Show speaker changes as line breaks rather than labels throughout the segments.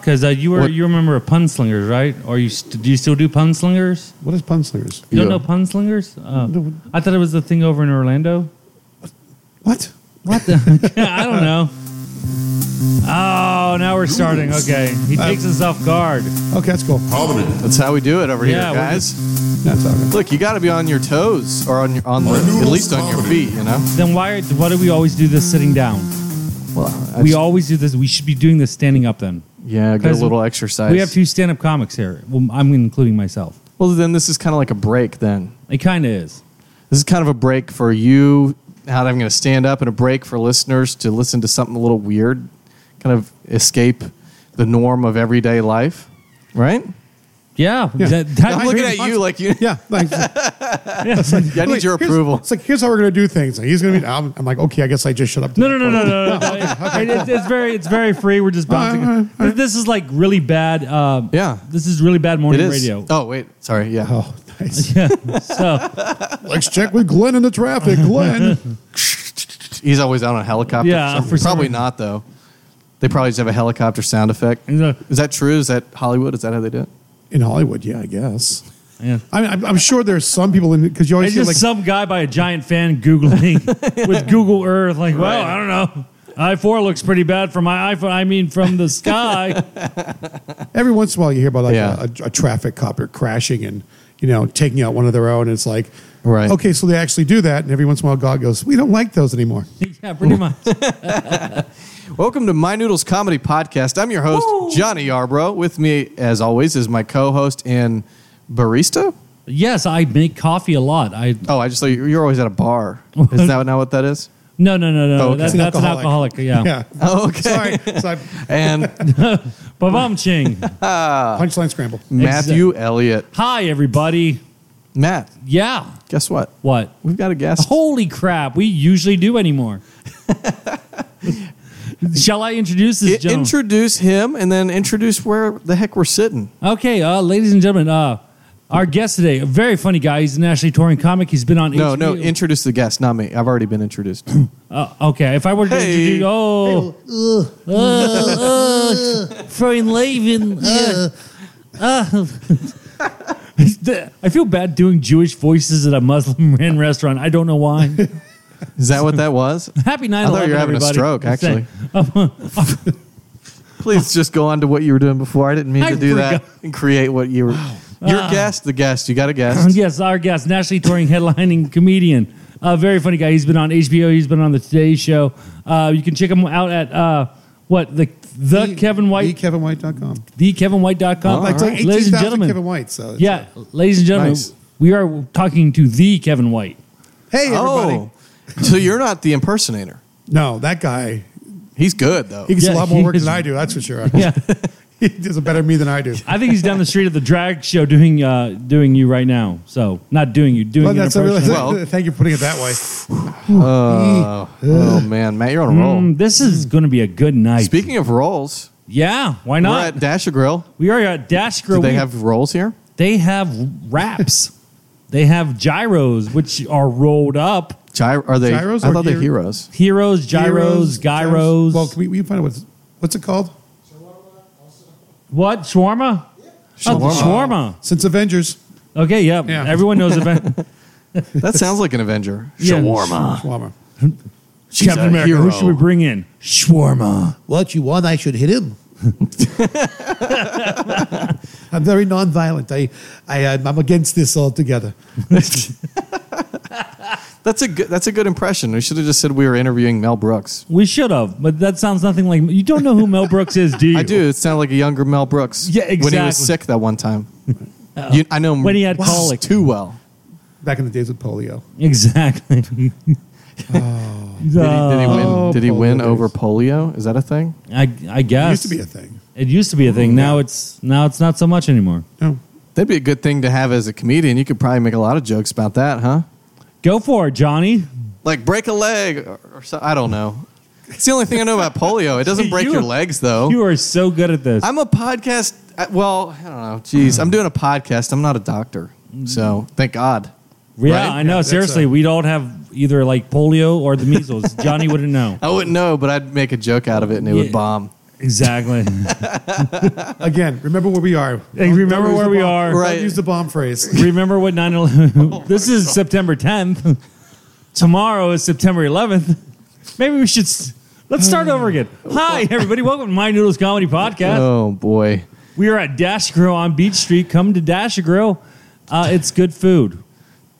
Because uh, you were
What-
you remember a punslingers, right? Or you st- do you still do punslingers?
What is punslingers?
You
Yeah.
don't know punslingers? Uh,
No.
I thought it was the thing over in Orlando.
What?
What the? I don't know. Oh, now we're starting. Okay, he takes us off guard.
Okay, that's cool.
Haldeman.
That's how we do it over
Yeah,
here,
we're
guys.
That's all right.
Look, you got to be on your toes or on your on the,
My noodles
at least on your
comedy.
feet. You know.
Then why why do we always do this sitting down?
Well,
We always do this. We should be doing this standing up. Then
yeah, get a
'cause
little exercise.
we have two stand up comics here. Well, I'm including myself.
Well, then this is kind of like a break. Then
It kind of is.
this is kind of a break for you. How I'm going to stand up, and a break for listeners to listen to something a little weird, kind of escape the norm of everyday life, right?
Yeah.
Yeah.
that- that-
I'm looking at you like you.
Yeah, thanks. I
I need your approval.
It's like here's how we're gonna do things. Like, he's gonna be. I'm, I'm like, okay, I guess I just shut up.
No, no, no, no, no, no. It- it's, it's very, it's very free. We're just bouncing.
All right, all right, all right.
This is like really bad. Uh,
Yeah.
This is really bad
It
morning
is.
radio.
Oh wait, sorry. Yeah.
Oh, nice.
So
Let's check with Glenn in the traffic. Glenn.
He's always out on a helicopter.
Yeah,
Yeah,
for some
probably
reason.
not though. They probably just have a helicopter sound effect.
Yeah.
Is that true? Is that Hollywood? Is that how they do it?
in Hollywood, yeah, I guess.
yeah.
I mean, I'm, I'm sure there's some people in because you always
it's
hear
just
like
some guy by a giant fan googling with Google Earth. Like, well, I don't know. I four looks pretty bad from my iPhone. I mean, from the sky.
every once in a while you hear about like
Yeah.
a, a, a traffic copper crashing and you know taking out one of their own. And it's like,
Right.
okay, so they actually do that. And every once in a while, God goes, we don't like those anymore.
yeah, pretty much.
Welcome to My Noodles Comedy Podcast. I'm your host, Johnny Yarbrough. With me, as always, is my co host and barista.
Yes, I make coffee a lot. I
Oh, I just thought you- you're always at a bar. Is that not what that is?
no, no, no, no.
Oh, okay.
That-
It's
that's an alcoholic. Yeah.
Yeah.
Oh, okay.
Sorry. Sorry.
And
Ba-bum ching.
Uh.
Punchline scramble.
Matthew Elliott.
Hi, everybody.
Matt,
Yeah.
guess what?
What?
We've got a guest.
Holy crap, we usually do anymore. Shall I introduce this
I-
gentleman?
introduce him and then introduce where the heck we're sitting.
okay, uh, ladies and gentlemen, uh, our guest today, a very funny guy. He's a nationally touring comic. He's been on
No, no,
HBO.
introduce the guest, not me. I've already been introduced.
Uh, okay, if I were to
Hey.
introduce, oh, uh, uh, Freud Levin, uh, uh. I feel bad doing Jewish voices at a Muslim ran restaurant. I don't know why.
Is that what that was?
Happy 9
I thought you were having a
everybody.
stroke,
Just
actually.
saying.
Please
Oh.
just go on to what you were doing before. I didn't mean
I
to do that
forgot.
and create what you were.
Oh.
Your
Ah.
guest, the guest. You got a guest.
yes, our guest, nationally touring headlining comedian. A very funny guy. He's been on HBO. He's been on the Today Show. Uh, you can check him out at uh, what the the Kevin White
The KevinWhite.com.
the KevinWhite.com.
Like, it's like
Ladies and
18,000
gentlemen,
Kevin White. So it's-
yeah, ladies and gentlemen,
Nice.
we are talking to the Kevin White.
Hey, everybody.
Oh, so you're not the impersonator.
No, that guy.
He's good though.
He gets
Yeah,
a lot more
he
work
is-
than I do. That's for sure.
Yeah,
he does a better me than I do.
I think he's down the street at the drag show doing uh, doing you right now. So not doing you, doing
Well,
an
that's a really,
impression. Uh,
Well-
thank you for putting it that way.
Oh, oh man, Matt, you're on a roll.
Mm, this is going to be a good night.
Speaking of rolls,
yeah, why
we're
not?
at Dash a Grill.
we are at Dash
Do
Grill.
they
We-
have rolls here?
they have wraps. they have gyros, which are rolled up.
Gyro? Are they?
Gyros
I
or
thought they're
gyro-
heroes.
Heroes, gyros, gyros.
Well, can we, we can find out what's what's it called?
what? Shawarma? Oh, the shawarma.
Since Avengers.
Okay, yeah.
Yeah.
Everyone knows about
That sounds like an Avenger.
Yeah. Ah.
Shawarma.
She's
Captain
a
America. Who
hero.
should we bring in? Shawarma.
What you want, I should hit him.
I'm very nonviolent. I, I, I'm against this altogether.
That's a good. That's a good impression. We should have just said we were interviewing Mel Brooks.
We should have, but that sounds nothing like. You don't know who Mel Brooks is, do you?
I do. It sounded like a younger Mel Brooks.
Yeah,
When he
exactly.
was sick that one time. You- I know him
When he had colic.
too well.
Back in the days with polio.
Exactly.
Did he, did he win?
Oh,
did he win
polio
over
days.
polio? Is that a thing?
I, I
It
guess
used to be a Oh, thing.
it used to be a thing. Now it's now it's not so much anymore.
No.
That'd be a good thing to have as a comedian. You could probably make a lot of jokes about that, huh?
Go for it, Johnny.
Like break a leg or, or so, I don't know. It's the only thing I know about polio. It doesn't break
You-
your legs though.
You are so good at this.
I'm a podcast. I, well, I don't know. Jeez, I'm doing a podcast. I'm not a doctor, so thank God.
Yeah,
Right?
I know.
that's
Seriously,
a-
we don't have either like polio or the measles. Johnny wouldn't know.
I wouldn't know, but I'd make a joke out of it and it
Yeah.
would bomb.
Exactly.
Again, remember where we are.
Hey,
Don't-
remember
don't use
where
the
we
bomb-
are.
Right.
Don't use the bomb phrase.
Remember what 9 11.
Oh,
this is September 10th. Tomorrow is September 11th. Maybe we should. S- Let's start over again. Hi, everybody. Welcome to My Noodles Comedy Podcast.
Oh boy.
We are at Dash Grill on Beach Street. Come to Dash Grill. Uh, it's good food.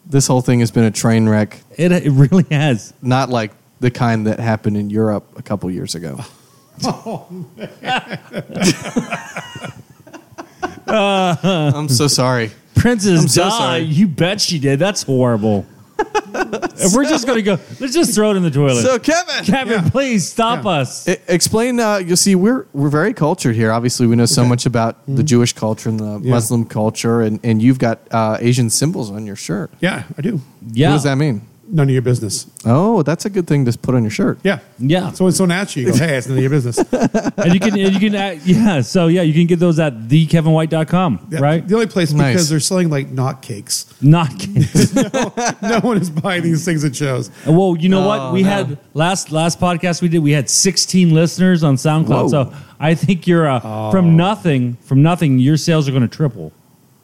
This whole thing has been a train wreck.
It, it really has.
Not like the kind that happened in Europe a couple years ago. I'm so sorry.
Princess
I'm so
Di,
sorry.
you bet she did. That's horrible. If We're just going to go. Let's just throw it in the toilet.
So Kevin,
Kevin, please stop us.
I- explain. Uh, you see, we're we're very cultured here. Obviously, we know so much about
Mm-hmm.
the Jewish culture and the
Yeah.
Muslim culture, and, and you've got uh, Asian symbols on your shirt.
Yeah, I do.
yeah.
What does that mean?
None of your business.
Oh, that's a good thing to put on your shirt.
Yeah.
Yeah.
So it's so natural. You go, hey, it's none of your business.
and you can and you can act, yeah so yeah you can get those at thekevinwhite.com
Yeah.
right
The only place
Nice.
because they're selling like knot cakes.
not kidding.
No one is buying these things at shows.
well you know what
Oh,
we
no.
had last last podcast we did we had 16 listeners on soundcloud
Whoa. Oh.
so i think you're uh, from nothing from nothing your sales are going to triple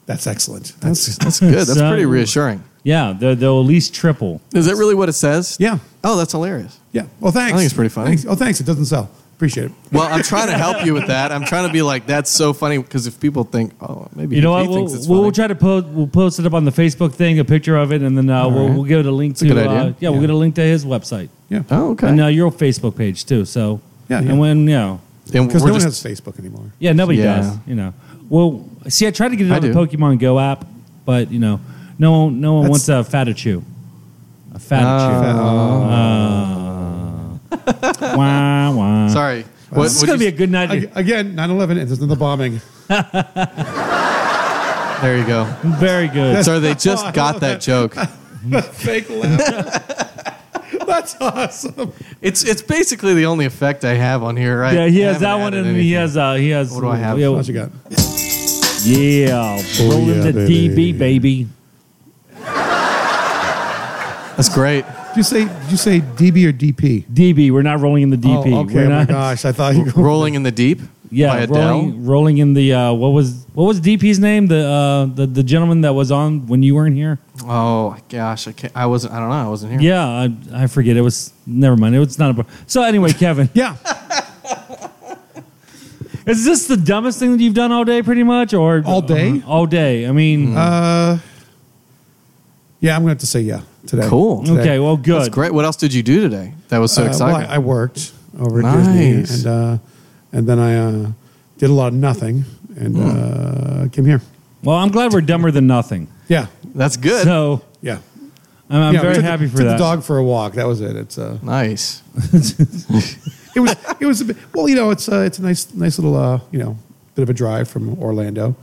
That's excellent. That's
That's that's good. That's
So-
pretty reassuring.
yeah they'll, they'll at least triple
Is that really what it says?
yeah,
Oh, that's hilarious.
yeah. Well, thanks.
I think it's pretty funny.
Thanks. Oh, thanks. It doesn't sell. Appreciate it.
Well, I'm trying to help you with that. I'm trying to be like, that's so funny because if people think, oh, maybe
you know
he
what
thinks
we'll,
it's
we'll
funny.
try to post we'll post it up on the facebook thing a picture of it and then uh, we'll,
right.
we'll give it a link
a
to
good
uh,
idea.
yeah we'll
Yeah.
get a link to his website
Yeah.
oh, okay.
and uh, your facebook page too so
Yeah, yeah.
and when you know
And
Because
we're
no one
just-
has Facebook anymore.
Yeah, nobody
Yeah.
does. You know. Well, see, I tried to get it
I
on the
do.
Pokemon Go app, but you know, no one, no one wants a Fatichu. A Fatichu. Uh, wah, wah.
sorry. Oh. What,
This is
what'd
gonna be
you
a good night.
Ag- Again, 9 11, and there's another bombing.
s- there you go.
Very good.
Sorry, they just got that joke.
Fake laugh. That's awesome.
It's it's basically the only effect I have on here, right?
yeah, he
I
has
haven't
that one,
added
and
anything.
he has. Uh, he has.
What do I have?
Yeah,
What you got?
yeah rolling
Oh, yeah,
the
baby.
DB, baby.
That's great.
Did you say, did you say DB or DP?
DB. We're not rolling in the DP.
Oh, okay.
We're
Oh my
not.
gosh. I thought you were
Rolling in the Deep
Yeah,
by Adele.
rolling, rolling in the uh, what was what was DP's name? The uh, the the gentleman that was on when you weren't here.
Oh gosh, I can't, I wasn't. I don't know. I wasn't here.
Yeah, I, I forget. It was never mind. It was not a. So anyway, Kevin,
Yeah.
is this the dumbest thing that you've done all day, pretty much, or Uh-huh.
All day?
all day. I mean,
Uh, yeah, I'm going to have to say yeah today.
Cool.
Today.
okay, well,
That's
good.
great. What else did you do today? That was so
Uh, well, I,
exciting.
I worked over at
Nice.
Disney, and uh, and then I uh, did a lot of nothing, and
Hmm.
uh, came here.
Well, I'm glad we're dumber than nothing.
Yeah,
That's good.
So
yeah.
I'm, I'm
Yeah, we
very
took the-
happy for
took
that.
The dog for a walk. That was it. It's uh,
nice.
it was it was a bit, well, you know, it's uh, it's a nice nice little uh, you know, bit of a drive from Orlando.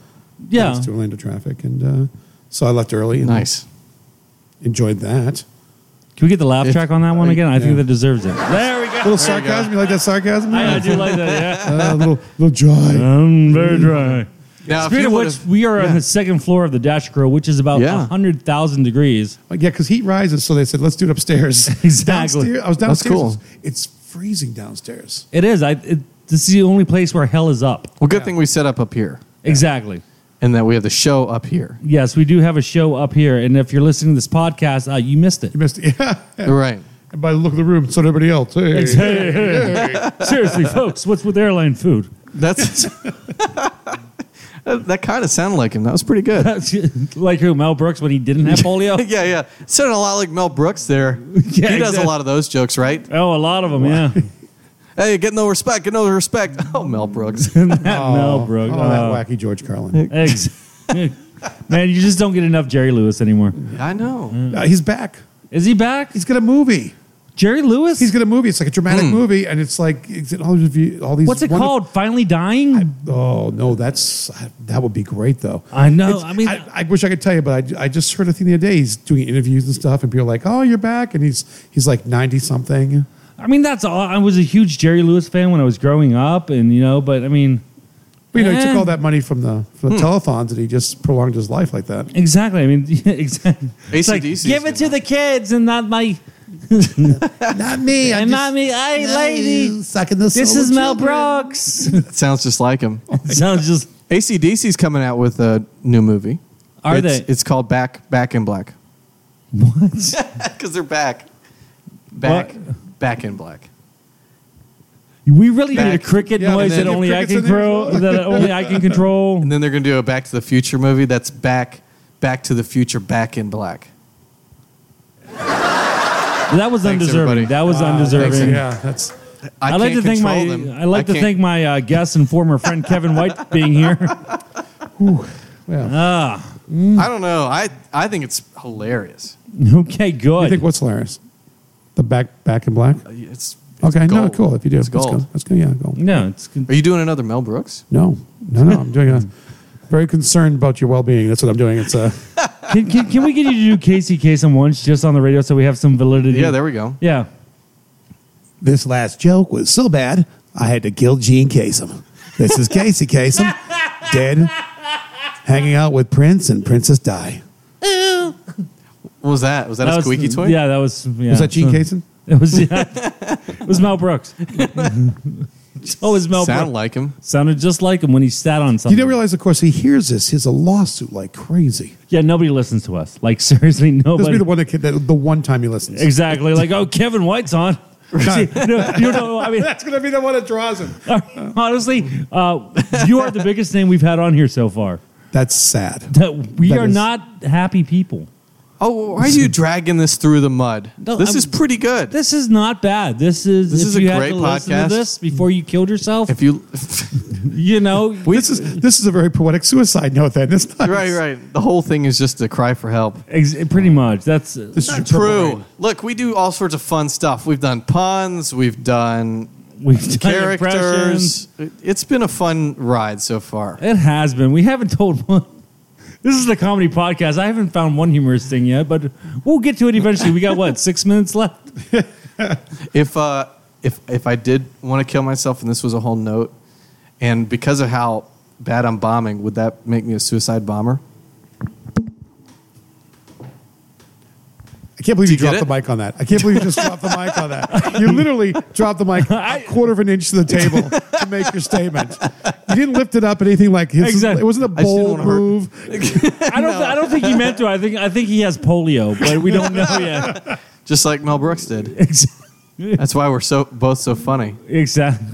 yeah,
Thanks to Orlando traffic, and uh, so I left early. And
Nice.
Enjoyed that.
can we get the laugh
If-
track on that one
I-
again? I think
yeah.
that deserves it. There we
A
go.
little sarcasm. You like that sarcasm?
I, I do like that.
Uh, a little little joy.
Yeah, I'm very dry.
Now, if
Speaking
you
of which,
would've-
we are on the second floor of the Dash Grill, which is about
Yeah.
hundred thousand degrees.
Like, Uh, yeah, because heat rises, so they said let's do it upstairs.
Exactly.
Downstairs- I was
That's
downstairs.
cool.
It's freezing downstairs.
It is. I. It, this is the only place where hell is up.
well, good thing we set up up here,
Exactly.
and that we have the show up here.
Yes, we do have a show up here, and if you're listening to this podcast, uh, you missed it.
You missed it. Yeah.
Right.
And by the look of the room, so did everybody else. Hey.
Hey, hey, hey. Seriously, folks, what's with airline food?
That's that, that kind of sounded like him. That was pretty good.
like who? Mel Brooks when he didn't have polio?
yeah, yeah. Sounded a lot like Mel Brooks there.
Yeah,
he does
exactly.
a lot of those jokes, right?
Oh, a lot of them. Yeah,
Hey, get no respect, get no respect. Oh, Mel Brooks.
Mel Brooks.
Oh,
Uh,
that wacky George Carlin.
ex- Man, you just don't get enough Jerry Lewis anymore.
I
Mm.
know.
Uh, he's back.
Is he back?
He's got a movie.
Jerry Lewis?
He's got a movie. It's like a dramatic movie, and it's like it's in all, these- all these.
Hmm. What's it
wonderful-
called? Finally dying?
Oh no, that's that would be great though.
I know,
It's-
Oh, I mean-
I, I wish I could tell you, but I, I just heard a thing the other day. He's doing interviews and stuff, and people are like, "Oh, you're back," and he's he's like ninety something.
I, mean, that's all. I was a huge Jerry Lewis fan when I was growing up, and you know, but I mean,
But you know, he
Eh. Hmm.
took all that money from the from the telethons, and he just prolonged his life like that.
exactly. I mean, exactly. It's like,
AC/DC 's
give it to
good.
the kids and not my
Not me.
And Eh, not me. Hey, lady.
Sucking the
This
soul
is
of
Mel
children.
Brooks.
It sounds just like him.
Sounds just.
ACDC's coming out with a new movie.
Are
it's,
they?
It's called Back Back in Black.
What?
Because they're back. Back Back in Black.
We really need a
Back.
cricket
Yeah,
noise
and then-
that only I
Crickets
can
in there as
grow,
well.
that only I can control.
And then they're gonna do a Back to the Future movie that's back Back to the Future Back in Black.
That was
Thanks,
undeserving.
everybody.
That was
Wow,
undeserving.
Yeah, that's
I
I would like to
can't
thank my
control them.
I like to
can't-
thank my uh, guest and former friend Kevin White being here.
yeah.
Ah,
I don't know. I I think it's hilarious.
okay,
I
good.
think what's hilarious? The back back in black.
It's, it's
Okay, no,
gold.
cool. If you do,
it's
that's
gold.
good. That's good. Yeah, gold.
no, it's good.
Are you doing another Mel Brooks?
No, no, no. I'm doing a very concerned about your well being. That's what I'm doing. It's uh, a
Can, can, can we get you to do Casey Kasem once just on the radio so we have some validity?
Yeah, there we go.
yeah.
This last joke was so bad, I had to kill Gene Kasem. This is Casey Kasem, dead, hanging out with Prince and Princess Di.
What was that? Was that, a
was-
squeaky toy?
Yeah, that was. Yeah.
was that Gene
So-
Kaysen?
It was. Yeah, it was Mel Brooks. oh, is Mel
Sound
Brooks
like him.
sounded just like him when he sat on something.
You don't realize, of course, he hears this. He's a lawsuit like crazy.
yeah, nobody listens to us. Like seriously,
This will be
nobody.
the one that, kid- that the one time he listens.
Exactly. Like oh, Kevin White's on. See, no, you know, I mean,
That's gonna be the one that draws him.
honestly, uh, you are the biggest name we've had on here so far.
That's sad.
That we
That
are
is-
not happy people.
Oh, why are you dragging this through the mud?
No,
this
I'm-
is pretty good.
This is not bad. This is
This
if
is a
you had
great
to listen
podcast.
To this before you killed yourself,
if you
you know,
this is this is a very poetic suicide note. Then it's not
right, right, the whole thing is just a cry for help.
ex- pretty much. That's
This is your purple
True.
rain.
Look, we do all sorts of fun stuff. We've done puns. We've done
we've done impressions.
characters. It's been a fun ride so far.
It has been. We haven't told one. This is the comedy podcast. I haven't found one humorous thing yet, but we'll get to it eventually. We got what six minutes left.
If uh, if if I did want to kill myself and this was a whole note, and because of how bad I'm bombing, would that make me a suicide bomber?
I can't believe
Do you
you,
get
dropped the
it?
mic on that. I can't believe you just dropped the mic on that. You literally dropped the mic a quarter of an inch to the table to make your statement. You didn't lift it up at anything like this.
Exactly.
It wasn't a
I just didn't
bold
wanna hurt.
move.
I don't. I don't think he meant to. I think. I think he has polio, but we don't know yet.
Just like Mel Brooks did.
Ex-
That's why we're so both so funny.
Exactly.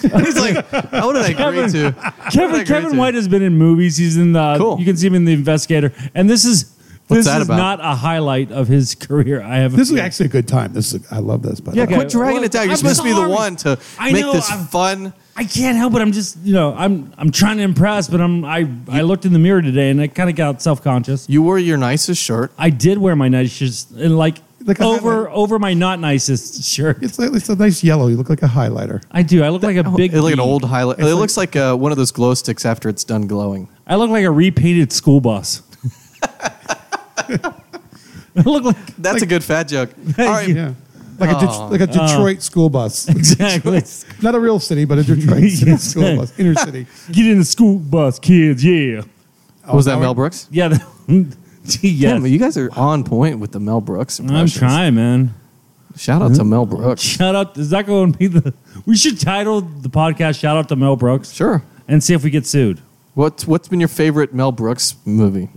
He's like, how did I agree to?
Kevin
agree
Kevin
to.
White has been in movies. He's in the.
Cool.
You can see him in the Investigator, and this is.
What's
this
that
is
about?
not a highlight of his career. I have. a
This is
feeling.
actually a good time. This is I love this. By the
Yeah,
way.
okay.
Quit dragging it down. You're
I'm
supposed to be the
sorry.
one to
I
make
know,
this
I'm-
fun.
I can't help it. I'm just you know I'm I'm trying to impress, but I'm I I looked in the mirror today and I kind of got self conscious.
You wore your nicest shirt.
I did wear my nicest and like
Like a
over
highlight.
over my not nicest shirt.
It's, like, it's a nice yellow. You look like a highlighter.
I do. I look like a big.
It like an
geek.
old highlight. It looks like uh, one of those glow sticks after it's done glowing.
I look like a repainted school bus. I look like
That's a good fat joke. All right,
Yeah, like a Det- like a
Oh.
Detroit school bus.
exactly.
Not a real city, but a Detroit city
Yes.
school bus, inner city.
Get in the school bus, kids. Yeah,
was that
now
Mel
we-
Brooks?
yeah. that-
Yeah,
yes.
you guys are on point with the Mel Brooks.
I'm
Impressions.
trying, Mm-hmm. man.
Shout out to Mel Brooks.
Shout out. Is that going to be the? We should title the podcast "Shout Out to Mel Brooks"
Sure.
and see if we get sued.
What's what's been your favorite Mel Brooks movie?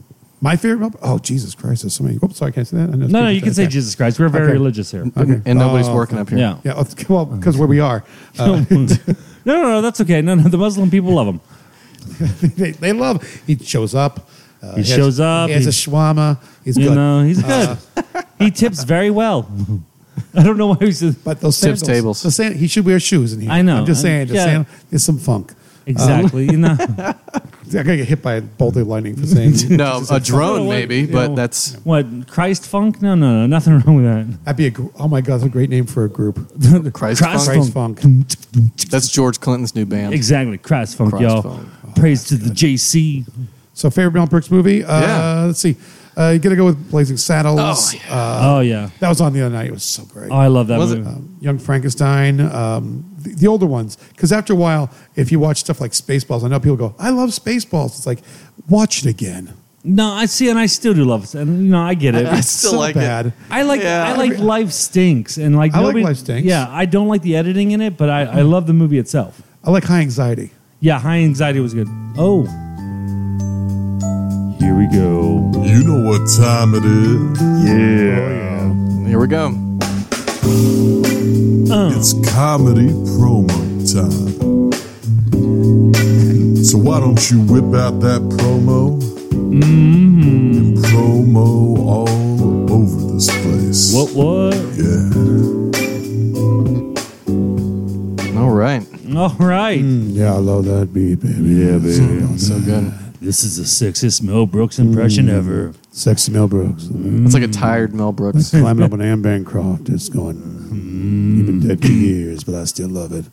My favorite. Mel- Oh Jesus Christ! There's so many. Oops, sorry, I can't say that. I know it's
No, no,
people
you can say
that.
Jesus Christ. We're very
Okay.
religious here.
Okay.
And nobody's
Oh,
working up here.
Yeah.
Yeah, let's- well,
Oh,
because where we are, uh,
No, no, no. That's okay. No, no. The Muslim people love him.
they, they love. He shows up. Uh,
He
has-
shows up,
He has a
he-
shawarma. He's
You
good.
know, he's good. he tips very well. I don't know why he's.
But those
Tips
sandals,
tables.
The sand, he should wear shoes in here.
I know.
I'm just
I'm-
saying. The
yeah.
sand, there's some funk.
Exactly. you know,
I gotta get hit by a bolt of lightning for saying.
No, a drone
Oh, wait, you
maybe, but
know,
that's
what Christ funk? No, no, no, nothing wrong with that.
That'd be a. gr- Oh my god, that's a great name for a group.
Christ,
Christ
funk.
Christ
funk.
funk.
That's George Clinton's new band.
Exactly, Christ funk,
Christ
y'all.
funk.
Praise to the JC.
So favorite Mel Brooks movie? Uh,
Yeah.
Let's see. Uh, you gotta go with Blazing Saddles.
Oh,
oh yeah,
That was on the other night. It was so great.
oh, I love that
Was it-
movie.
um, Young Frankenstein, um, the, the older ones. Because after a while, if you watch stuff like Spaceballs, I know people go, "I love Spaceballs." It's like watch it again.
No, I see, and I still do love it, and you know I get it.
I still
so
like
bad.
it.
I like
Yeah.
I like Life Stinks and like
I like
nobody-
Life Stinks.
Yeah, I don't like the editing in it, but I, I love the movie itself.
I like high anxiety.
Yeah, High Anxiety was good. Oh, here we go.
You know what time it is.
Here we go.
It's comedy promo time. So why don't you whip out that promo? And promo all over this place.
What what?
Yeah.
All right.
All right.
Mm, Yeah, I love that beat, baby.
Yeah, baby.
So good.
This is the sexiest Mel Brooks impression ever.
Sexy Mel Brooks.
It's like a tired Mel Brooks.
Mm-hmm. Climbing up an Anne Bancroft. It's going, mm, you've been dead for years, but I still love it.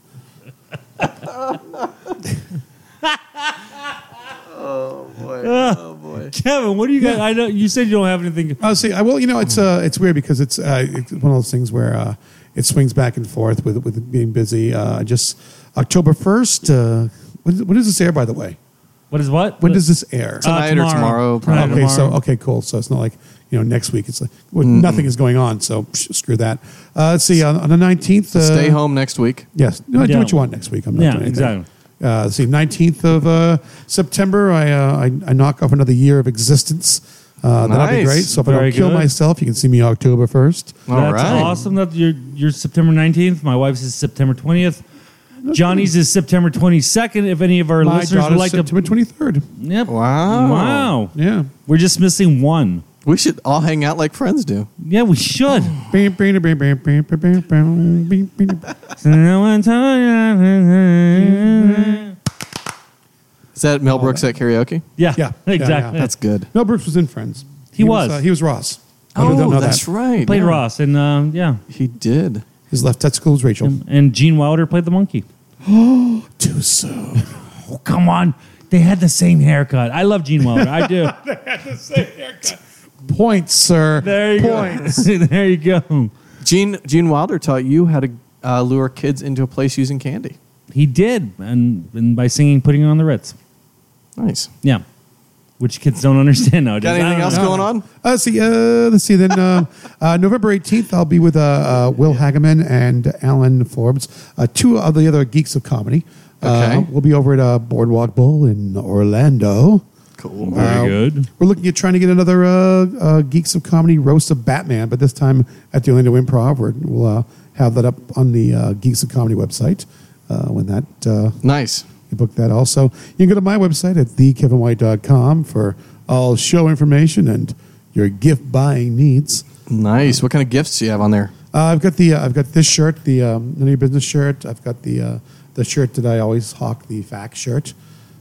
Oh, Kevin, what do you got? I know you said you don't have anything.
Oh, see, I well, you know, it's uh, it's weird because it's uh, it's one of those things where uh, it swings back and forth with with being busy. Uh, just October first. Uh, when, when does this air? By the way,
What is what?
when does this air?
Uh,
Tonight or tomorrow, probably.
okay, so
tomorrow.
okay, cool. So it's not like you know next week. It's like well, nothing is going on. So psh, screw that. Uh, let's see on, on the nineteenth. Uh,
Stay home next week.
Yes, no, do
Yeah.
what you want next week. I'm not
Yeah,
doing anything.
exactly.
Uh, let's see, nineteenth of uh, September, I, uh, I I knock off another year of existence. Uh, That'll be
Nice.
great. So if I
Very
don't kill
good.
myself, you can see me October first.
All
That's
right.
awesome that you're, you're September 19th. My wife's is September 20th. Johnny's is September 22nd. If any of our
My
listeners would
daughter's
like
September twenty third.
to. Yep.
Wow.
Wow.
Yeah.
We're just missing one.
We should all hang out like friends do.
Yeah, we should.
Bam, bam, bam, bam, bam, bam, bam, bam, bam, bam.
yeah,
Is that Mel Brooks at karaoke?
Oh, yeah,
exactly.
yeah.
That's good.
Mel Brooks was in Friends.
He was.
uh, he was Ross. I
Oh,
don't know
that's
that.
right.
Played
Yeah.
Ross and um, yeah,
He did.
His left testicle was Rachel.
and Gene Wilder played the monkey.
Too so.
Oh come on, they had the same haircut. I love Gene Wilder. I do.
Points, sir.
there you
Points.
go. there you go.
Gene Gene Wilder taught you how to uh, lure kids into a place using candy.
He did, and, and by singing, putting on the Ritz.
Nice.
Yeah, which kids don't understand nowadays.
Got
I
anything
don't
else
know.
going on?
Uh, let's see, uh, let's see. Then um, uh, November eighteenth, I'll be with uh, uh, Will Hageman and Alan Forbes, uh, two of the other geeks of comedy. Uh,
Okay.
we'll be over at uh, Boardwalk Bowl in Orlando.
Cool.
Very
Uh,
good.
We're looking at trying to get another uh, uh, Geeks of Comedy roast of Batman, but this time at the Orlando Improv. We're, we'll uh, have that up on the uh, Geeks of Comedy website uh, when that uh,
Nice.
you book that also. You can go to my website at thekevinwhite.com for all show information and your gift buying needs.
Nice. What kind of gifts do you have on there?
Uh, I've got the uh, I've got this shirt, the um, None of Your Business shirt. I've got the uh, the shirt that I always hawk, the fact shirt.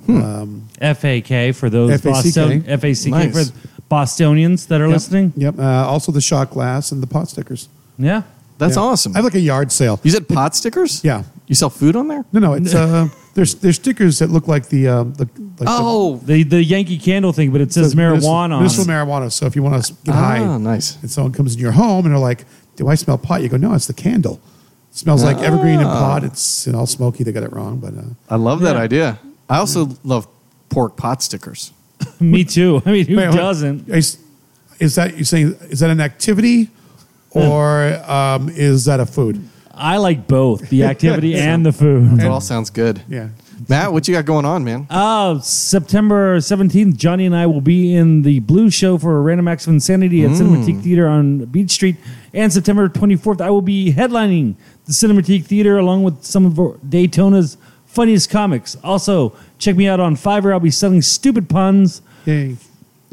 FAK for those
FACK.
Boston FACK
Nice.
for Bostonians that are
Yep.
listening.
Yep. Uh, also the shot glass and the pot stickers.
Yeah.
That's
Yeah.
awesome.
I have like a yard sale.
you said pot stickers?
Yeah.
You sell food on there?
No, no. It's uh, there's there's stickers that look like the uh, the like the-
Oh,
The the Yankee Candle thing, but it says marijuana. on
This
it.
is marijuana. So if you want to get
Ah,
high,
nice.
and someone comes in your home and they're like, "Do I smell pot?" You go, "No, it's the candle. It smells like evergreen and
Ah.
pot. It's you know, all smoky. They got it wrong, but uh,
I love that
Yeah.
idea. I also love pork pot stickers.
Me too. I mean, who
Wait, wait.
doesn't?
Is, is that you saying? Is that an activity,
Hmm.
or um, is that a food?
I like both the activity and the food.
That all sounds good.
Yeah.
Matt, what you got going on, man?
Uh, September 17th, Johnny and I will be in the Blue Show for a Random Acts of Insanity at Cinematique Theater on Beach Street. And September 24th, I will be headlining the Cinematique Theater along with some of Daytona's funniest comics. Also, check me out on Fiverr. I'll be selling stupid puns,
Yay.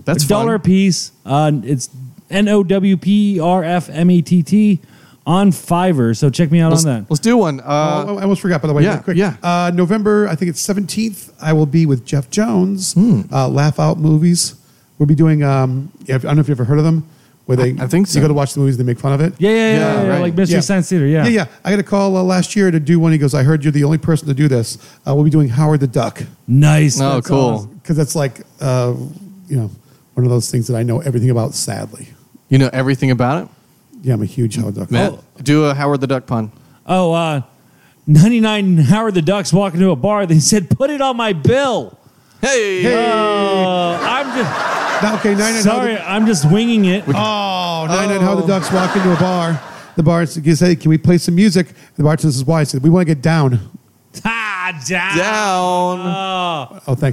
That's
a dollar a
fun.
piece. Uh, it's N O W P E R F M E T T on Fiverr. So check me out
Let's,
on that.
let's do one.
Uh,
Uh,
I almost forgot, by the way.
yeah,
real quick.
yeah.
Uh, November, I think it's 17th, I will be with Jeff Jones,
Hmm.
uh, Laugh Out Movies. We'll be doing, um, if, I don't know if you've ever heard of them, where they,
I- I think so.
you go to watch the movies and they make fun of it.
Yeah, yeah, yeah,
Yeah,
yeah,
right.
like Mystery
Yeah.
Science Theater. Yeah,
Yeah, yeah. I got a call uh, last year to do one. He goes, I heard you're the only person to do this. Uh, we'll be doing Howard the Duck
Nice.
oh,
That's
cool.
awesome.
because that's like, uh, you know, one of those things that I know everything about, sadly.
You know everything about it?
Yeah, I'm a huge Howard Duck
Matt, do a Howard the Duck pun.
Oh, uh, 99 Howard the Ducks walk into a bar. They said, put it on my bill.
Hey!
Uh, I'm just,
fan. Now, okay, nine and
Sorry, I'm just winging it.
Oh, nine and how the ducks walk into a bar. The bar says, "Hey, can we play some music?" The bartender says, "Why?" He said, "We want to get down."
Ah, down.
Down.
Oh.
Oh, thanks.